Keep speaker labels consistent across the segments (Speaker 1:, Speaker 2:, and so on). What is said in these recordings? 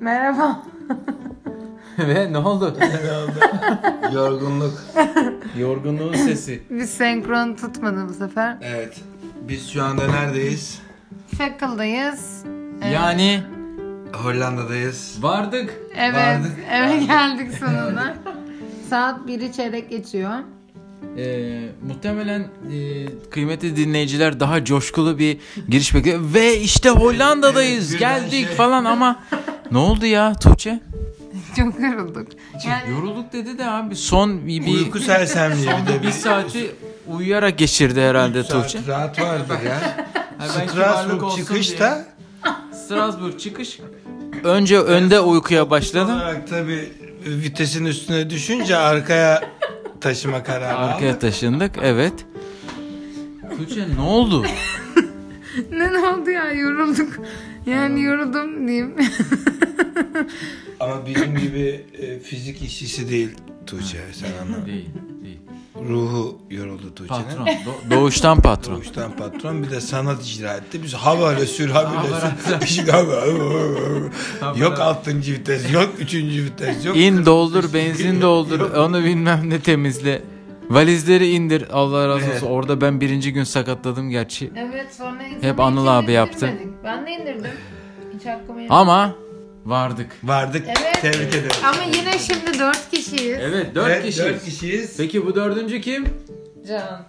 Speaker 1: Merhaba.
Speaker 2: Ve ne oldu?
Speaker 3: Yorgunluk.
Speaker 2: Yorgunluğun sesi.
Speaker 1: Bir senkron tutmadı bu sefer.
Speaker 3: Evet. Biz şu anda neredeyiz?
Speaker 1: Fakal'dayız.
Speaker 2: Yani
Speaker 3: Hollanda'dayız.
Speaker 2: vardık.
Speaker 1: Evet.
Speaker 3: Vardık.
Speaker 1: Eve geldik sonunda. Saat 1'i çeyrek geçiyor.
Speaker 2: Ee, muhtemelen e, kıymetli dinleyiciler daha coşkulu bir giriş bekliyor. Ve işte Hollanda'dayız.
Speaker 3: Evet, birden
Speaker 2: geldik
Speaker 3: şey.
Speaker 2: falan ama ne oldu ya Tuğçe?
Speaker 1: Çok yorulduk. Yani
Speaker 2: Yorulduk dedi de abi son bir, bir,
Speaker 3: Uyku sersemliği bir de
Speaker 2: bir saati uyuyarak geçirdi herhalde
Speaker 3: Üç saat
Speaker 2: Tuğçe.
Speaker 3: rahat vardır ya.
Speaker 2: Ha, ben kibarlık
Speaker 3: Strasbourg
Speaker 2: olsun diye.
Speaker 3: çıkışta
Speaker 2: Strasbourg çıkış. Önce önde uykuya başladım.
Speaker 3: olarak tabi vitesin üstüne düşünce arkaya taşıma kararı
Speaker 2: Arkaya
Speaker 3: aldık.
Speaker 2: taşındık evet. Tuğçe ne oldu?
Speaker 1: ne, ne oldu ya yorulduk. Yani yoruldum diyeyim.
Speaker 3: Ama bizim gibi e, fizik işçisi değil Tuğçe sen anla.
Speaker 2: Değil değil.
Speaker 3: Ruhu yoruldu Tuğçe'nin.
Speaker 2: Patron. do- doğuştan patron.
Speaker 3: Doğuştan patron bir de sanat icra etti. Biz havale sür havale sür. Pişik havale. yok altıncı vites yok üçüncü vites yok.
Speaker 2: İn doldur benzin doldur onu bilmem ne temizle. Valizleri indir Allah razı olsun.
Speaker 3: Evet.
Speaker 2: Orada ben birinci gün sakatladım gerçi.
Speaker 1: evet sonra
Speaker 2: Hep Anıl abi yaptı.
Speaker 1: Ben de indirdim. Hiç hakkımı yemedim.
Speaker 2: Ama vardık.
Speaker 3: Vardık.
Speaker 1: Evet.
Speaker 3: Tebrik ederim.
Speaker 1: Ama yine şimdi 4 kişiyiz.
Speaker 2: Evet
Speaker 3: Evet, Dört kişiyiz.
Speaker 2: Peki bu dördüncü kim?
Speaker 1: Can.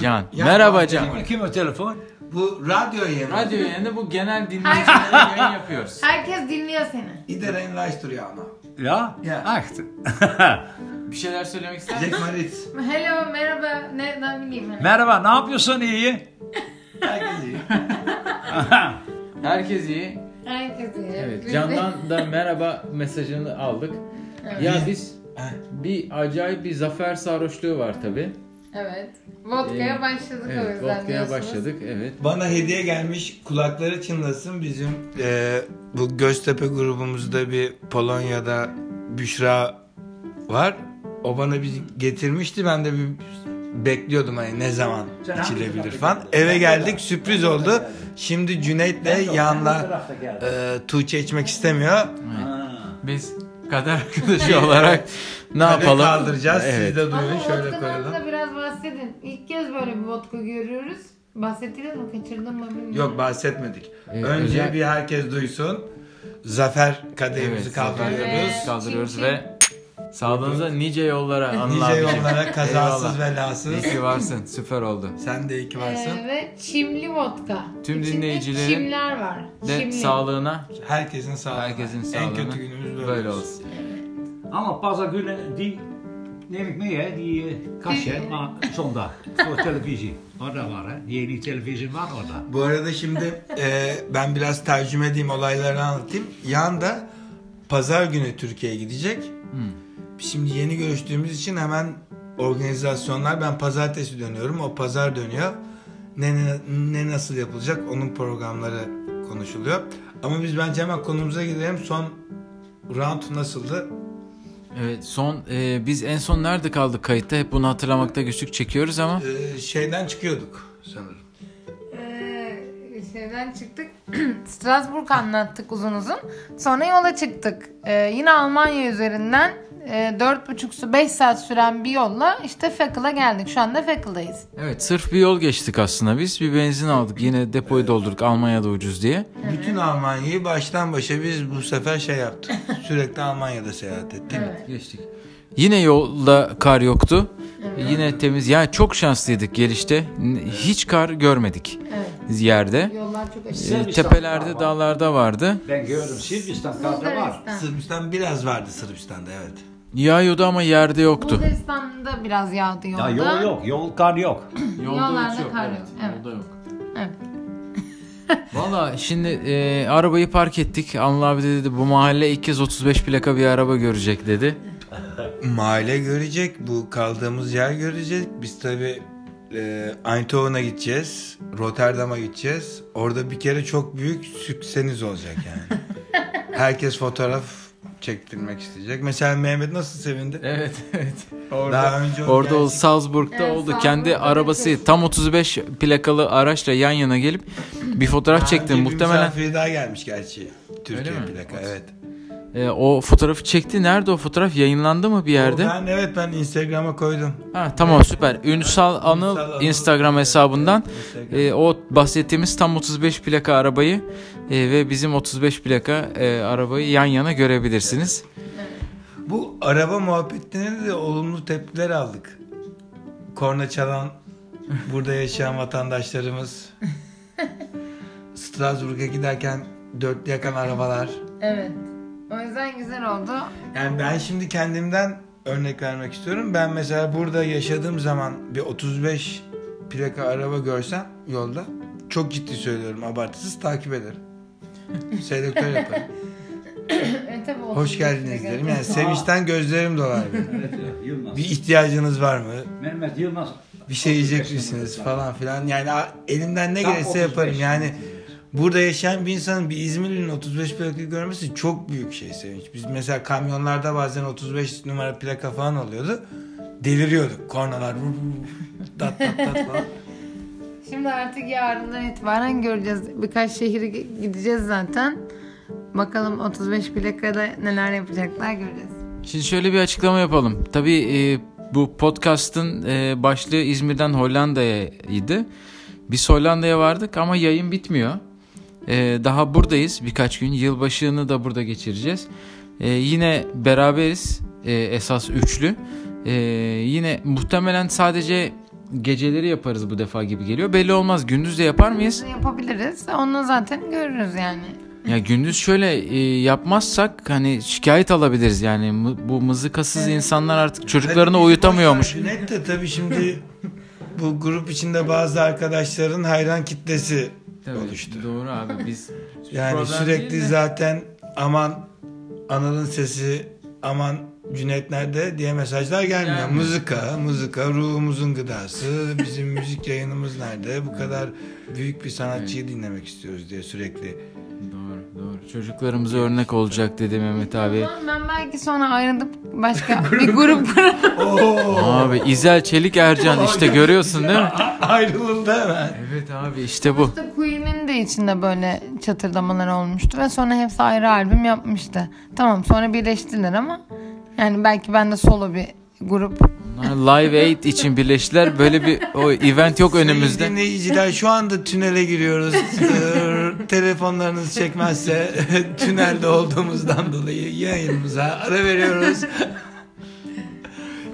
Speaker 2: Can. Merhaba Can.
Speaker 3: Kim o telefon? Bu radyo yayını.
Speaker 2: Radyo yayını bu genel dinleyicilere yayın yapıyoruz.
Speaker 1: Herkes dinliyor seni.
Speaker 3: İderen Reichsturya ama.
Speaker 4: Ja?
Speaker 3: Ja.
Speaker 4: Echt?
Speaker 2: Bir şeyler söylemek ister misin?
Speaker 3: Jack Maritz.
Speaker 1: Hello, merhaba, ne, ne bileyim. hani.
Speaker 4: Merhaba, nou ne yapıyorsun iyi?
Speaker 3: Herkes iyi.
Speaker 2: Herkes iyi.
Speaker 1: Herkes iyi.
Speaker 2: Evet.
Speaker 1: Biz-
Speaker 2: Candan da merhaba mesajını aldık. Ya biz bir acayip bir zafer sarhoşluğu var tabi.
Speaker 1: Evet. Vodka'ya
Speaker 2: Ee,
Speaker 1: başladık o
Speaker 2: Evet,
Speaker 1: yüzden
Speaker 2: vodka'ya
Speaker 1: diyorsunuz.
Speaker 2: başladık. Evet.
Speaker 3: Bana hediye gelmiş kulakları çınlasın bizim e, bu Göztepe grubumuzda bir Polonya'da Büşra var. O bana bir getirmişti ben de bir bekliyordum hani ne zaman içilebilir falan. Eve geldik sürpriz oldu. Şimdi Cüneyt'le yanla e, Tuğçe içmek istemiyor.
Speaker 2: Biz kader arkadaşı olarak ne yapalım?
Speaker 3: kaldıracağız
Speaker 2: Evet.
Speaker 3: siz de
Speaker 1: Ama
Speaker 3: duyun şöyle
Speaker 1: vodka'dan
Speaker 3: koyalım.
Speaker 1: da biraz bahsedin. İlk kez böyle bir vodka görüyoruz. Bahsettiniz mi? Kaçırdım mı bilmiyorum.
Speaker 3: Yok bahsetmedik.
Speaker 2: Ee,
Speaker 3: Önce
Speaker 2: özel-
Speaker 3: bir herkes duysun. Zafer kadehimizi
Speaker 2: Evet,
Speaker 3: kaldırıyoruz.
Speaker 1: zafer.
Speaker 2: Kaldırıyoruz ve sağlığınıza nice yollara anıl
Speaker 3: Nice
Speaker 2: abicim.
Speaker 3: yollara kazasız
Speaker 2: Eyvallah.
Speaker 3: belasız.
Speaker 2: İyi ki varsın. Süper oldu.
Speaker 3: Sen de iyi ki
Speaker 1: Ee,
Speaker 3: varsın.
Speaker 1: ve çimli vodka.
Speaker 2: Tüm
Speaker 1: İçinde
Speaker 2: dinleyicilerin
Speaker 1: çimler var.
Speaker 2: De
Speaker 1: çimli.
Speaker 2: sağlığına,
Speaker 3: Herkesin sağlığı.
Speaker 2: herkesin sağlığına.
Speaker 3: En kötü günümüz böyle,
Speaker 2: Böyle olsun.
Speaker 4: Allemaal pastagullen, die neem ik mee, hè? Die eh, kastje,
Speaker 1: Die-
Speaker 4: maar zondag. Voor televisie. Orda var, hè? Die niet televisie, maar orda.
Speaker 3: Bu arada şimdi e, ben biraz tercüme edeyim olayları anlatayım. Yan da pazar günü Türkiye'ye gidecek.
Speaker 2: Hmm.
Speaker 3: Şimdi yeni görüştüğümüz için hemen organizasyonlar ben pazartesi dönüyorum o pazar dönüyor. Ne, ne, ne nasıl yapılacak onun programları konuşuluyor. Ama biz bence hemen konumuza gidelim. Son round nasıldı?
Speaker 2: Evet son e, biz en son nerede kaldık kayıtta? Hep bunu hatırlamakta güçlük çekiyoruz ama
Speaker 3: E, şeyden çıkıyorduk sanırım.
Speaker 1: Ee, şeyden çıktık. Strasbourg anlattık uzun uzun. Sonra yola çıktık. Ee, yine Almanya üzerinden e, 4,5-5 saat süren bir yolla işte Fakıl'a geldik. Şu anda Fakıl'dayız.
Speaker 2: evet sırf bir yol geçtik aslında biz. Bir benzin aldık. Yine depoyu doldurduk Almanya'da ucuz diye.
Speaker 3: Bütün Almanya'yı baştan başa biz bu sefer şey yaptık. Sürekli Almanya'da seyahat ettik.
Speaker 2: Geçtik. Yine yolda kar yoktu. Yine temiz. Yani çok şanslıydık gelişte. N- Hiç kar görmedik
Speaker 1: Evet.
Speaker 2: yerde.
Speaker 1: Yollar çok açık.
Speaker 2: E,
Speaker 4: bir
Speaker 2: tepelerde,
Speaker 4: şans var.
Speaker 2: dağlarda vardı.
Speaker 4: Ben gördüm, Silvistan kartı var.
Speaker 1: Bulgaristan.
Speaker 3: Sırbistan biraz vardı Sırbistan'da evet.
Speaker 2: Yağıyordu ama yerde yoktu.
Speaker 1: Bulgaristan'da biraz yağdı yolda.
Speaker 4: Ya yol yok, yol kar yok.
Speaker 1: Yollarda hiç yok, kar evet. yok, evet. Yolda
Speaker 2: yok.
Speaker 1: Evet.
Speaker 2: Valla şimdi e, arabayı park ettik. Anıl abi de dedi bu mahalle ilk kez 35 plaka bir araba görecek dedi.
Speaker 3: Mahalle görecek, bu kaldığımız yer görecek. Biz tabi e, Eindhoven'a gideceğiz, Rotterdam'a gideceğiz. Orada bir kere çok büyük sükseniz olacak yani. Herkes fotoğraf çektirmek isteyecek. Mesela Mehmet nasıl sevindi?
Speaker 2: Evet evet.
Speaker 3: Daha önce o
Speaker 2: Orada
Speaker 3: geldi.
Speaker 2: o Salzburg'da
Speaker 1: Evet,
Speaker 2: oldu.
Speaker 1: Salzburg'da
Speaker 2: Kendi
Speaker 1: evet.
Speaker 2: arabası tam 35 plakalı araçla yan yana gelip bir fotoğraf
Speaker 3: Daha
Speaker 2: çekti.
Speaker 3: önce bir
Speaker 2: Muhtemelen
Speaker 3: misafiri daha gelmiş gerçi. Türkiye
Speaker 2: mi?
Speaker 3: plaka
Speaker 2: Ot-
Speaker 3: evet.
Speaker 2: E, o fotoğrafı çekti. Nerede o fotoğraf? Yayınlandı mı bir yerde?
Speaker 3: Ben evet ben Instagram'a koydum.
Speaker 2: Ha, tamam süper. Ünsal
Speaker 3: Ünsal Anıl,
Speaker 2: Anıl Instagram
Speaker 3: evet,
Speaker 2: hesabından
Speaker 3: evet, Instagram.
Speaker 2: e, o bahsettiğimiz tam 35 plaka arabayı e, ve bizim 35 plaka e, arabayı yan yana görebilirsiniz.
Speaker 3: Bu araba muhabbetine de olumlu tepkiler aldık. Korna çalan burada yaşayan vatandaşlarımız. Strasbourg'a giderken dörtlü yakan arabalar.
Speaker 1: Evet. O yüzden güzel oldu.
Speaker 3: Yani ben şimdi kendimden örnek vermek istiyorum. Ben mesela burada yaşadığım zaman bir 35 plaka araba görsem yolda çok ciddi söylüyorum abartısız takip ederim. Selektör yaparım.
Speaker 1: E, tabii
Speaker 3: Hoş geldiniz derim. Yani sevinçten gözlerim dolar. benim.
Speaker 4: Met eh, Yılmaz.
Speaker 3: Bir ihtiyacınız var mı?
Speaker 4: Met, met Yılmaz.
Speaker 3: bir şey yiyecek misiniz falan filan. Yani a- elimden ne
Speaker 4: Tam
Speaker 3: gelirse
Speaker 4: 35
Speaker 3: yaparım. Yani burada yaşayan bir insanın bir İzmirli'nin 35 plakayı görmesi çok büyük şey sevinç. Biz mesela kamyonlarda bazen 35 numara plaka falan oluyordu. Deliriyorduk. Kornalar vur, vur, vur, tat tat tat falan.
Speaker 1: Şimdi artık yarından itibaren göreceğiz. Birkaç şehire gi- gideceğiz zaten. Bakalım 35 plakada neler yapacaklar göreceğiz.
Speaker 2: Şimdi şöyle bir açıklama yapalım. Tabii e, bu podcast'ın e, başlığı İzmir'den Hollanda'yaydı. Biz Hollanda'ya vardık ama yayın bitmiyor. E, daha buradayız birkaç gün. Yılbaşını da burada geçireceğiz. E, yine beraberiz e, esas üçlü. E, yine muhtemelen sadece geceleri yaparız bu defa gibi geliyor. Belli olmaz gündüz de yapar mıyız?
Speaker 1: Bunu yapabiliriz. Onu zaten görürüz yani.
Speaker 2: Ya gündüz şöyle e, yapmazsak hani şikayet alabiliriz yani Mı- bu mızıkasız insanlar artık çocuklarını
Speaker 3: Hadi biz
Speaker 2: uyutamıyormuş.
Speaker 3: boş ver, Cüneyt de tabii şimdi bu grup içinde bazı arkadaşların hayran kitlesi oluştu.
Speaker 2: Doğru abi biz
Speaker 3: Yani
Speaker 2: Problem
Speaker 3: sürekli
Speaker 2: değil de.
Speaker 3: zaten aman Anıl'ın sesi aman Cüneyt nerede diye mesajlar gelmiyor.
Speaker 2: Yani.
Speaker 3: Muzika, muzika ruhumuzun gıdası. Bizim müzik yayınımız nerede? Bu kadar büyük bir sanatçıyı dinlemek istiyoruz diye sürekli.
Speaker 2: doğru doğru çocuklarımıza örnek olacak dedi Mehmet abi.
Speaker 1: Ulan Ben belki sonra ayrılıp başka bir grup kurarım.
Speaker 3: Oo!
Speaker 2: Abi İzel Çelik Ercan işte görüyorsun değil mi?
Speaker 3: Ayrılıldı hemen.
Speaker 2: Evet abi işte bu.
Speaker 1: İşte Queen'in de içinde böyle çatırdamalar olmuştu ve sonra hepsi ayrı albüm yapmıştı. Tamam sonra birleştiler ama yani belki ben de solo bir grup
Speaker 2: Bunlar Live Aid için birleştiler. Böyle bir o event yok önümüzde.
Speaker 3: Sevgili dinleyiciler şu anda tünele giriyoruz. Ee, Telefonlarınız çekmezse tünelde olduğumuzdan dolayı yayınımıza ara veriyoruz.
Speaker 2: Evet,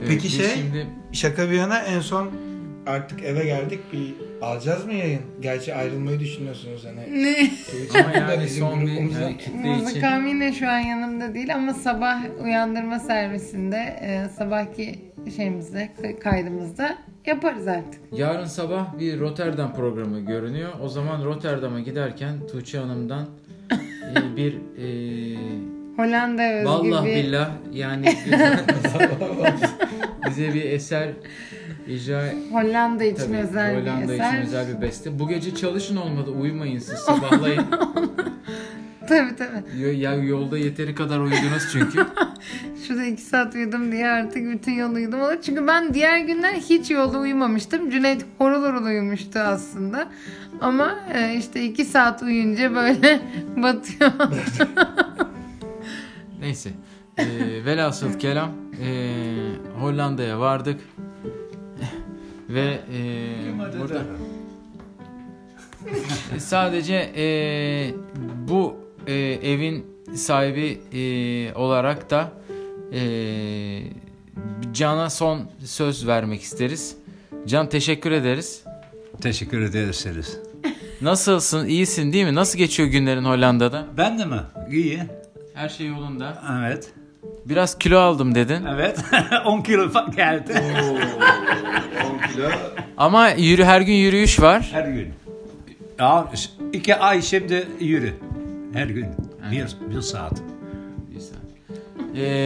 Speaker 3: Peki
Speaker 2: Ee, biz
Speaker 3: şey-
Speaker 2: şimdi
Speaker 3: Şaka bir yana en son artık eve geldik bir alacağız mı yayın? Gerçi ayrılmayı düşünüyorsunuz hani.
Speaker 1: Ne?
Speaker 2: ama yani son bir hani yani kitle için
Speaker 1: Mızıkam yine şu an yanımda değil ama sabah uyandırma servisinde e, sabahki şeyimizde k- kaydımızda yaparız artık.
Speaker 2: Yarın sabah bir Rotterdam programı görünüyor. O zaman Rotterdam'a giderken Tuğçe Hanım'dan e, bir e,
Speaker 1: Hollanda özgü
Speaker 2: vallahi
Speaker 1: bir...
Speaker 2: billah yani bize, bize bir eser icra
Speaker 1: Hollanda için
Speaker 2: tabii
Speaker 1: özel bir
Speaker 2: Hollanda
Speaker 1: eser.
Speaker 2: için özel bir beste. Bu gece çalışın olmadı uyumayın siz sabahlayın.
Speaker 1: Tabii tabii.
Speaker 2: Yo- ya yolda yeteri kadar uyudunuz çünkü.
Speaker 1: Şurada iki saat uyudum diye artık bütün yol uyudum. Olur. Çünkü ben diğer günler hiç yolda uyumamıştım. Cüneyt horul horul uyumuştu aslında. Ama e, işte iki saat uyuyunca böyle batıyor.
Speaker 2: Neyse. E, velhasıl kelam e, Hollanda'ya vardık. Ve e, burada
Speaker 4: eh,
Speaker 2: Sadece eee, bu eee, evin sahibi eee, olarak da eee, Can'a son söz vermek isteriz. Can teşekkür ederiz.
Speaker 5: Teşekkür ederiz.
Speaker 2: Nasılsın? İyisin değil mi? Nasıl geçiyor günlerin Hollanda'da?
Speaker 5: Ben de mi? İyi.
Speaker 2: Her şey yolunda.
Speaker 5: Evet.
Speaker 2: Biraz kilo aldım dedin.
Speaker 5: Evet. 10 kilo fa-
Speaker 4: Oh,
Speaker 5: geldi.
Speaker 3: 10 kilo.
Speaker 2: Ama yürü her gün yürüyüş var.
Speaker 5: Her gün. Ya ş-
Speaker 4: dus
Speaker 5: iki
Speaker 4: ah,
Speaker 5: ay şimdi yürü. Her gün. Bir, bir saat.
Speaker 2: Eee,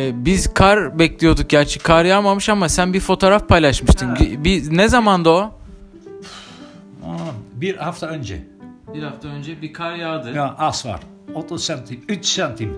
Speaker 2: E, biz kar bekliyorduk gerçi. Kar yağmamış ama sen bir fotoğraf paylaşmıştın. Bir, ne zamanda o?
Speaker 4: Ah,
Speaker 5: Aa, bir hafta önce.
Speaker 2: Bir hafta önce bir kar yağdı.
Speaker 5: Ya az var. 30 santim. 3 santim.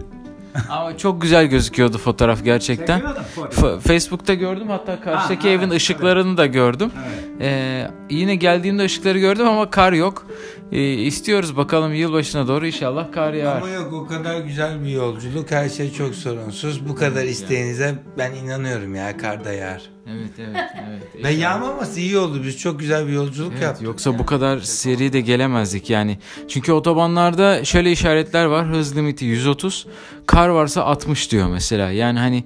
Speaker 2: Ama çok güzel gözüküyordu fotoğraf gerçekten.
Speaker 5: Çekemedin fotoğrafı.
Speaker 2: F- Facebook'ta gördüm hatta karşıdaki
Speaker 5: Ha,
Speaker 2: evin
Speaker 5: evet,
Speaker 2: ışıklarını da gördüm.
Speaker 5: Evet.
Speaker 2: Ee, yine geldiğimde ışıkları gördüm ama kar yok. e, istiyoruz bakalım yılbaşına doğru inşallah kar yağar.
Speaker 3: Ama yok o kadar güzel bir yolculuk. Her şey çok sorunsuz. Bu kadar isteğinize ben inanıyorum ya karda yağar.
Speaker 2: Evet evet evet.
Speaker 3: Ve yağmaması iyi oldu. Biz çok güzel bir yolculuk
Speaker 2: E, Evet,
Speaker 3: yaptık.
Speaker 2: yoksa bu kadar seri de gelemezdik yani. Çünkü otobanlarda şöyle işaretler var. Hız limiti 130, kar varsa 60 diyor mesela. Yani hani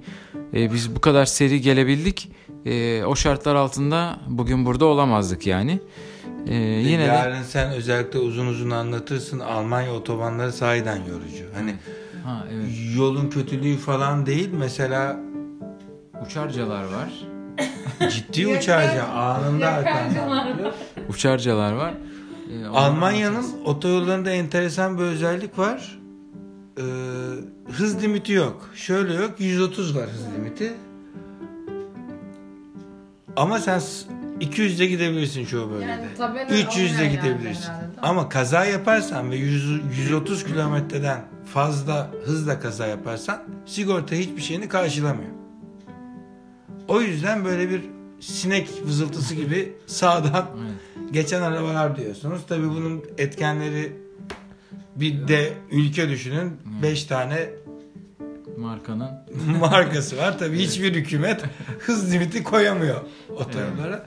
Speaker 2: e, biz bu kadar seri gelebildik. E, o şartlar altında bugün burada olamazdık yani. E, yine de
Speaker 3: Yarın sen özellikle uzun uzun anlatırsın. Almanya otobanları sahiden yorucu. Hani
Speaker 2: ha evet.
Speaker 3: yolun kötülüğü falan değil. Mesela
Speaker 2: Uçarcalar var.
Speaker 3: ciddi uçarca anında arkandan.
Speaker 1: Yakarcılar.
Speaker 2: Uçarcalar var. E, onları anlatacağız.
Speaker 3: Almanya'nın otoyollarında enteresan bir özellik var. Ee, hız limiti yok. Şöyle yok. 130 var hız limiti. Ama sen s- 200'de gidebilirsin çoğu bölgede.
Speaker 1: Yani tabela
Speaker 3: 300'de
Speaker 1: olmayan
Speaker 3: gidebilirsin.
Speaker 1: yerlerde, değil mi?
Speaker 3: Ama kaza yaparsan ve 100, 130 kilometreden fazla hızla kaza yaparsan sigorta hiçbir şeyini karşılamıyor. O yüzden böyle bir sinek vızıltısı gibi sağdan geçen arabalar diyorsunuz. Tabii bunun etkenleri bir de ülke düşünün. 5 tane
Speaker 2: markanın
Speaker 3: markası var. Tabii hiçbir hükümet hız limiti koyamıyor otoyollara.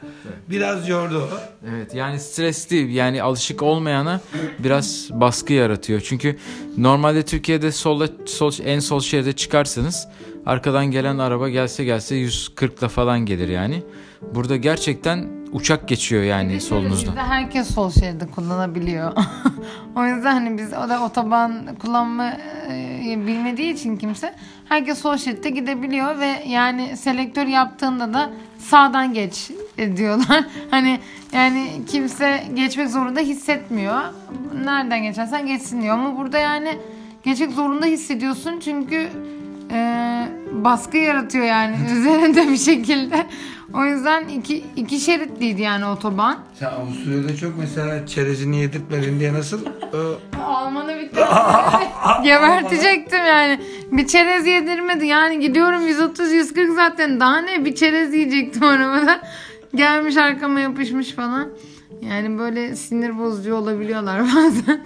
Speaker 3: Biraz yordu o.
Speaker 2: Evet yani stres değil yani alışık olmayana biraz baskı yaratıyor. Çünkü normalde Türkiye'de sola, sol, en sol şeride çıkarsanız arkadan gelen araba gelse gelse 140'la falan gelir yani. Burada gerçekten uçak geçiyor yani solunuzda.
Speaker 1: Bizde herkes sol şeridi kullanabiliyor. o yüzden hani biz o da otoban kullanmayı bilmediği için kimse herkes sol şeritte gidebiliyor ve yani selektör yaptığında da sağdan geç e, diyorlar. hani yani kimse geçmek zorunda hissetmiyor. Nereden geçersen geçsin diyor ama burada yani geçmek zorunda hissediyorsun çünkü e, baskı yaratıyor yani üzerinde bir şekilde. O yüzden iki, iki şeritliydi yani otoban.
Speaker 3: Sen Avusturya'da çok mesela çerezini yedirtmedin diye nasıl e,
Speaker 1: Almanı bitti. Gebertecektim yani. Bir çerez yedirmedi. Yani gidiyorum 130-140 zaten. Daha ne bir çerez yiyecektim arabada. Gelmiş arkama yapışmış falan. Yani böyle sinir bozucu olabiliyorlar bazen.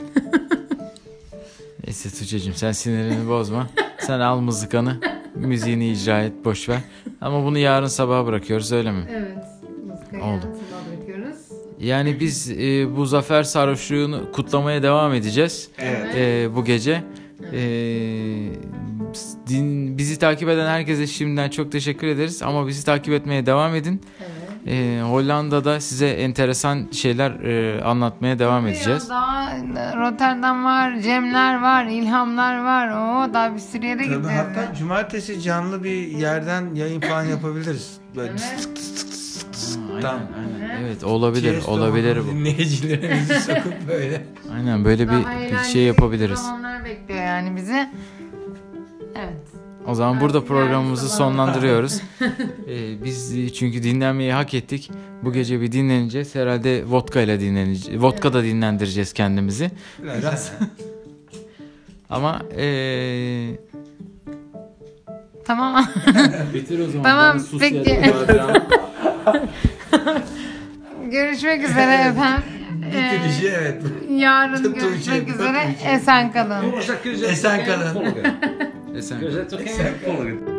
Speaker 2: Neyse Tuğçe'cim sen sinirini bozma. Sen al mızıkanı müziğini icra et boş ver. Ama bunu yarın sabaha bırakıyoruz öyle mi?
Speaker 1: evet. Mızıkayı
Speaker 2: Oldu.
Speaker 1: sabah bırakıyoruz.
Speaker 2: Yani biz e, bu zafer sarhoşluğunu kutlamaya devam edeceğiz.
Speaker 3: Evet.
Speaker 2: E, bu gece. E, din, bizi takip eden herkese şimdiden çok teşekkür ederiz ama bizi takip etmeye devam edin.
Speaker 1: Evet.
Speaker 2: E, Hollanda'da size enteresan şeyler e, anlatmaya devam edeceğiz.
Speaker 1: Ya Daha e, Rotterdam var, Cemler var, İlhamlar var. Oo daha bir sürü yere
Speaker 3: Tabii
Speaker 1: gideceğiz.
Speaker 3: hatta cumartesi canlı bir yerden yayın falan yapabiliriz. Böyle
Speaker 1: Evet.
Speaker 3: Tam.
Speaker 2: Evet olabilir,
Speaker 3: Tiesto'nun
Speaker 2: olabilir bu.
Speaker 3: Dinleyicilerimizi sokup böyle.
Speaker 2: Aynen böyle bir,
Speaker 1: Daha
Speaker 2: bir
Speaker 1: eğlenceli
Speaker 2: şey yapabiliriz.
Speaker 1: zamanlar bekliyor yani bizi. Evet.
Speaker 2: O zaman burada
Speaker 1: Artık
Speaker 2: programımızı
Speaker 1: yarın sabah.
Speaker 2: sonlandırıyoruz. Ee, biz e, çünkü dinlenmeyi hak ettik. Bu gece bir dinleneceğiz. Herhalde vodka ile dinleneceğiz. Vodka da dinlendireceğiz kendimizi.
Speaker 3: Biraz.
Speaker 2: Ama ee, eee
Speaker 1: Tamam.
Speaker 6: Bitir o zaman.
Speaker 1: Tamam,
Speaker 6: Ben sus
Speaker 1: peki.
Speaker 6: yerim zaten.
Speaker 1: görüşmek üzere efendim. Ee,
Speaker 3: Bitirişi evet.
Speaker 1: yarın
Speaker 3: Tutucu,
Speaker 1: görüşmek
Speaker 3: tutucu.
Speaker 1: üzere. Esen kalın.
Speaker 4: Jongens, dat kun je
Speaker 3: Esen
Speaker 4: geen
Speaker 3: kalın.
Speaker 4: volgen.
Speaker 2: Esen
Speaker 4: Kun je toch geen volgen.